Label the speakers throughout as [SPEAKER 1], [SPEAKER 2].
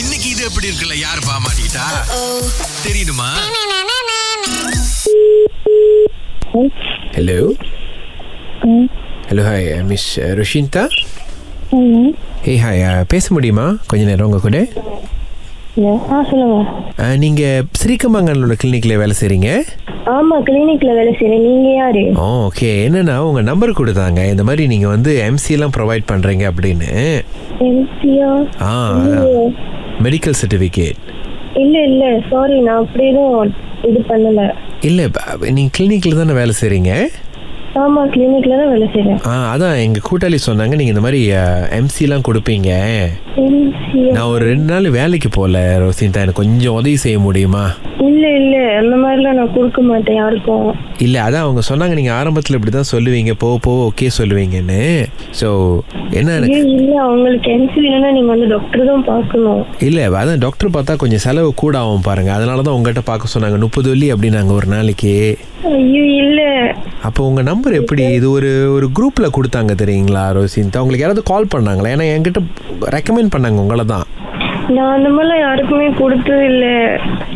[SPEAKER 1] இன்னைக்கு இது எப்படி இருக்குல்ல யார் பாமாட்டா தெரியுமா
[SPEAKER 2] Hello. uh, hello hi miss Rushinda hey hi uh, பேச முடியுமா கொஞ்ச நேரம் உங்க கூட
[SPEAKER 3] ஆ சொல்லுங்க
[SPEAKER 2] Uh, நீங்க ஸ்ரீகமங்கலோட கிளினிக்ல வேலை செய்றீங்க
[SPEAKER 3] ஆமா கிளினிக்ல வேலை செய்றேன் நீங்க யாரு
[SPEAKER 2] ஓகே என்னன்னா உங்க நம்பர் கொடுத்தாங்க இந்த மாதிரி நீங்க வந்து எம்சி எல்லாம் ப்ரொவைட் பண்றீங்க அப்படின்னு Ah,
[SPEAKER 3] எம்சியா
[SPEAKER 2] ஆ மெடிக்கல் சர்டிஃபிகேட்
[SPEAKER 3] இல்ல இல்ல சாரி நான் அப்படி எதுவும் இது பண்ணல
[SPEAKER 2] இல்லை நீங்க கிளினிக்ல தானே வேலை செய்றீங்க
[SPEAKER 3] ஆமா கிளினிக்ல தான் வேலை செய்றேன்
[SPEAKER 2] ஆ அதான் எங்க கூட்டாளி சொன்னாங்க நீங்க இந்த மாதிரி எம்சிலாம் கொடுப்பீங்க
[SPEAKER 3] எம்சியா
[SPEAKER 2] நான் ஒரு ரெண்டு நாள் வேலைக்கு போகல ரோசிந்தா எனக்கு கொஞ்சம் உதவி செய்ய முடியுமா
[SPEAKER 3] இல்ல இல்ல அந்த மாதிரிலாம் நான் கொடுக்க மாட்டேன் யாருக்கும்
[SPEAKER 2] இல்லை அதான் அவங்க சொன்னாங்க நீங்கள் ஆரம்பத்தில் இப்படி தான் சொல்லுவீங்க போக போக ஓகே சொல்லுவீங்கன்னு ஸோ என்ன எனக்கு
[SPEAKER 3] ஏன் இல்ல அவங்களுக்கு எம்சி வேணும்னா நீங்க வந்து டாக்டர் தான் பார்க்கணும்
[SPEAKER 2] இல்லை அதான் டாக்டர் பார்த்தா கொஞ்சம் செலவு கூட ஆகும் பாருங்க அதனால தான் உங்கள்கிட்ட பார்க்க சொன்னாங்க முப்பது வெள்ளி அப்படின்னாங்க ஒரு நாளைக்கு
[SPEAKER 3] ஐயோ இல்ல
[SPEAKER 2] அப்போ உங்கள் நம்பர் எப்படி இது ஒரு ஒரு குரூப்பில் கொடுத்தாங்க தெரியுங்களா ரோசிந்தா உங்களுக்கு யாராவது கால் பண்ணாங்களா ஏன்னா என்கிட்ட ரெக்கமெண்ட் பண்ணாங்க உங்களை தான்
[SPEAKER 3] நான் அந்த மாதிரிலாம் யாருக்குமே கொடுத்தது இல்ல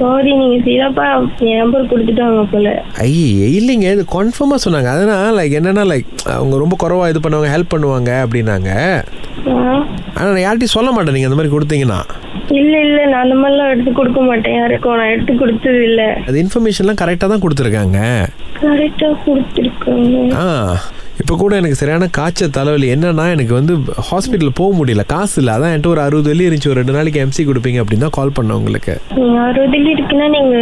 [SPEAKER 3] சாரி நீங்க சீதாப்பா என் நம்பர் கொடுத்துட்டாங்க போல
[SPEAKER 2] ஐயே இல்லைங்க இது கன்ஃபார்மாக சொன்னாங்க அதனால் லைக் என்னென்னா லைக் அவங்க ரொம்ப குறவாக இது பண்ணுவாங்க ஹெல்ப் பண்ணுவாங்க அப்படின்னாங்க
[SPEAKER 3] ஆ?
[SPEAKER 2] ஆனால் நான் யார்கிட்டையும் சொல்ல மாட்டேன் நீங்கள் அந்த மாதிரி கொடுத்தீங்கன்னா
[SPEAKER 3] இல்ல இல்ல நான் அந்த மாதிரிலாம் எடுத்து கொடுக்க மாட்டேன் யாருக்கும் நான் எடுத்து கொடுத்தது இல்ல
[SPEAKER 2] அது இன்ஃபர்மேஷன்லாம் கரெக்டாக தான் கொடுத்துருக்காங்க
[SPEAKER 3] கரெக்டா கொடுத்துருக்காங்க
[SPEAKER 2] ஆ இப்போ கூட எனக்கு சரியான காய்ச்சல் தலைவலி என்னன்னா எனக்கு வந்து ஹாஸ்பிட்டல் போக முடியல காசு இல்லை அதான் என்கிட்ட ஒரு அறுபது வலி இருந்துச்சு ஒரு ரெண்டு நாளைக்கு எம்சி கொடுப்பீங்க அப்படின்னு தான் கால் பண்ணேன் உங்களுக்கு
[SPEAKER 3] நீங்க அறுபதுல இருக்குன்னா நீங்க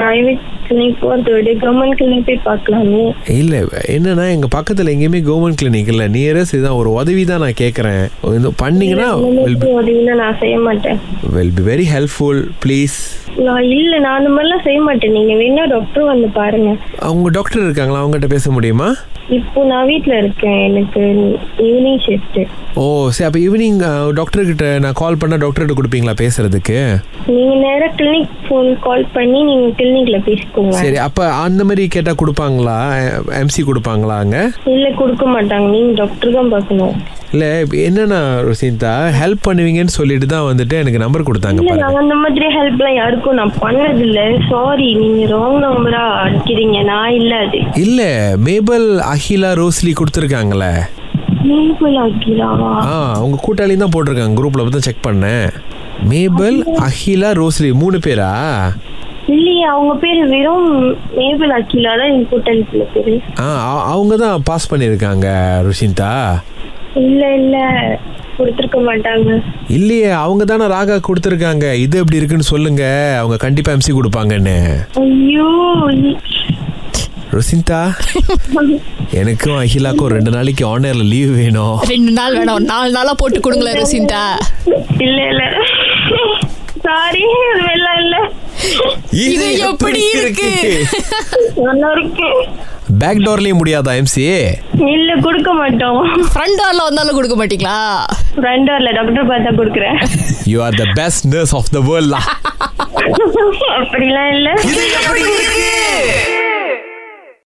[SPEAKER 3] பிரைவேட் கிளினிக் போறத விட கவர்மெண்ட் கிளினிக் போய் பார்க்கலாமே
[SPEAKER 2] இல்லை என்னன்னா எங்கள் பக்கத்தில் எங்கேயுமே கவர்மெண்ட் கிளினிக் இல்லை நியரஸ்ட் இதான் ஒரு உதவி தான் நான் கேட்குறேன் இது பண்ணீங்கன்னா வில் பி
[SPEAKER 3] உதவினா நான் செய்ய மாட்டேன்
[SPEAKER 2] will be very helpful please
[SPEAKER 3] நான் இல்ல நான் அந்த மாதிரிலாம் செய்ய மாட்டேன் நீங்க வேணா டாக்டர் வந்து பாருங்க
[SPEAKER 2] அவங்க டாக்டர் இருக்காங்களா அவங்ககிட்ட பேச முடியுமா
[SPEAKER 3] இப்போ நான் வீட்ல இருக்கேன் எனக்கு ஈவினிங் ஷிஃப்ட்
[SPEAKER 2] ஓ சரி அப்போ ஈவினிங் டாக்டர்கிட்ட நான் கால் பண்ணால் டாக்டர்கிட்ட கொடுப்பீங்களா பேசுறதுக்கு
[SPEAKER 3] நீங்க நேரா கிளினிக் ஃபோன் கால் பண்ணி நீங்க கிளினிக்ல பேசிக்கோங்க
[SPEAKER 2] சரி அப்போ அந்த மாதிரி கேட்டால் கொடுப்பாங்களா எம்சி கொடுப்பாங்களா அங்கே
[SPEAKER 3] இல்ல கொடுக்க மாட்டாங்க நீங்க டாக்டர் தான் பார்க்கணும்
[SPEAKER 2] இல்லை என்னன்னா ருசிந்தா ஹெல்ப் பண்ணுவீங்கன்னு சொல்லிட்டு தான் வந்துட்டு எனக்கு நம்பர் கொடுத்தாங்க
[SPEAKER 3] இல்ல
[SPEAKER 2] பாருங்க
[SPEAKER 3] நான் அந்த மாதிரி ஹெல்ப்லாம் யாருக்கும் நான் பண்ணது இல்ல சாரி நீங்க ராங் நம்பரா அடிக்கிறீங்க நான் இல்ல அது
[SPEAKER 2] இல்லை மேபல் அகிலா ரோஸ்லி கொடுத்துருக்காங்களே
[SPEAKER 3] நீங்க ஆக்கிலாவா
[SPEAKER 2] ஆ அவங்க கூட்டாளி தான் போட்டிருக்காங்க குரூப்பில் தான் செக் பண்ணேன் மேபல் அகிலா ரோஸ்லி மூணு பேரா
[SPEAKER 3] இல்லையே அவங்க பேர் வெறும் மேபல் அக்கிலா தான் என் கூட்டணிக்குள்ள பேரு
[SPEAKER 2] ஆ அ- அவங்க தான் பாஸ் பண்ணியிருக்காங்க ருஷிந்தா
[SPEAKER 3] இல்ல இல்ல கொடுத்துருக்க மாட்டாங்க
[SPEAKER 2] இல்லையே அவங்க தானே ராகா கொடுத்துருக்காங்க இது எப்படி இருக்குன்னு சொல்லுங்க அவங்க கண்டிப்பாக எம்சி கொடுப்பாங்கன்னு
[SPEAKER 3] ஐயோ
[SPEAKER 2] ருஷிந்தா எனக்கும் அகிலாக்கும் ரெண்டு நாளைக்கு ஆனரில் லீவ் வேணும்
[SPEAKER 4] ரெண்டு நாள் வேணாம் ஒரு நாலு நாளா போட்டு கொடுங்களேன் ரோசிந்தா
[SPEAKER 3] இல்ல இல்ல சாரி வெள்ளம் இல்ல
[SPEAKER 4] இது எப்படி இருக்கு?
[SPEAKER 3] நல்லா இருக்கு
[SPEAKER 2] பேக் டோர்லயும் முடியாதா எம்சி
[SPEAKER 3] இல்ல கொடுக்க மாட்டோம்
[SPEAKER 4] ஃப்ரண்ட் டோர்ல வந்தாலும் கொடுக்க மாட்டீங்களா
[SPEAKER 3] ஃப்ரெண்ட் வரல டாக்டர் பார்த்தா கொடுக்குறேன்
[SPEAKER 2] you are the best nurse of the world
[SPEAKER 3] அப்படிலாம் இல்ல
[SPEAKER 2] இது எப்படி இருக்கு